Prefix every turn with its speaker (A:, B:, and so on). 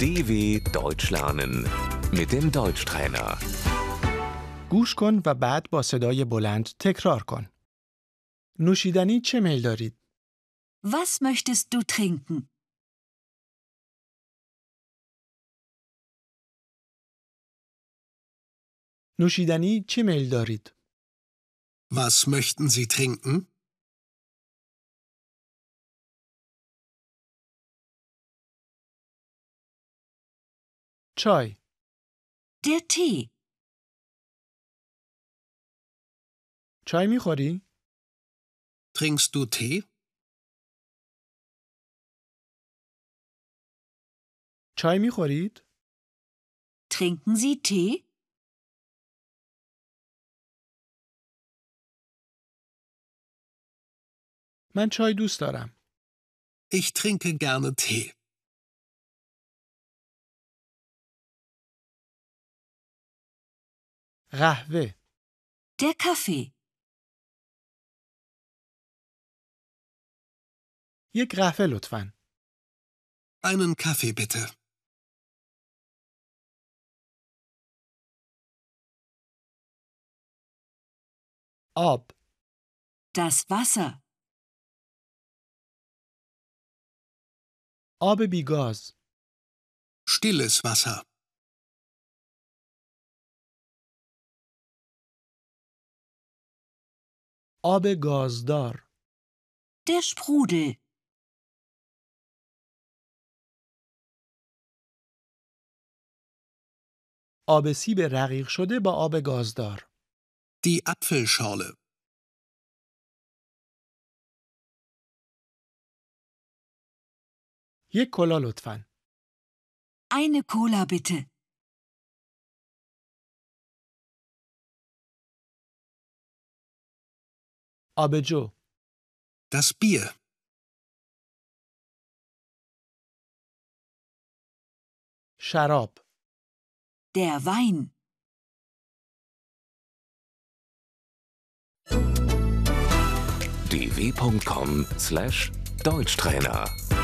A: DW Deutsch lernen mit dem Deutschtrainer.
B: گوش کن و بعد با صدای بلند تکرار کن. نوشیدنی چه میل دارید؟
C: Was möchtest du trinken?
B: نوشیدنی چه میل دارید؟
D: Was möchten Sie trinken?
B: چای،
C: Der Tee.
B: چای میخوری؟
D: Trinkst du Tee?
B: چای میخورید؟
C: Trinken Sie Tee?
B: من چای دوست دارم.
D: Ich trinke gerne Tee.
B: قهوه،
C: Der Kaffee.
B: یک قهوه لطفاً.
D: Einen Kaffee bitte.
B: آب،
C: Das Wasser.
B: آب بیگاز،
D: Stilles Wasser.
B: آب گازدار،
C: Der Sprudel.
B: آب سیب رقیق شده با آب گازدار،
D: Die Apfelschorle.
B: یک کلا لطفاً.
C: Eine Cola bitte.
B: آبجو،
D: Das Bier.
B: شراب،
C: Der Wein.
A: dw.com/deutschtrainer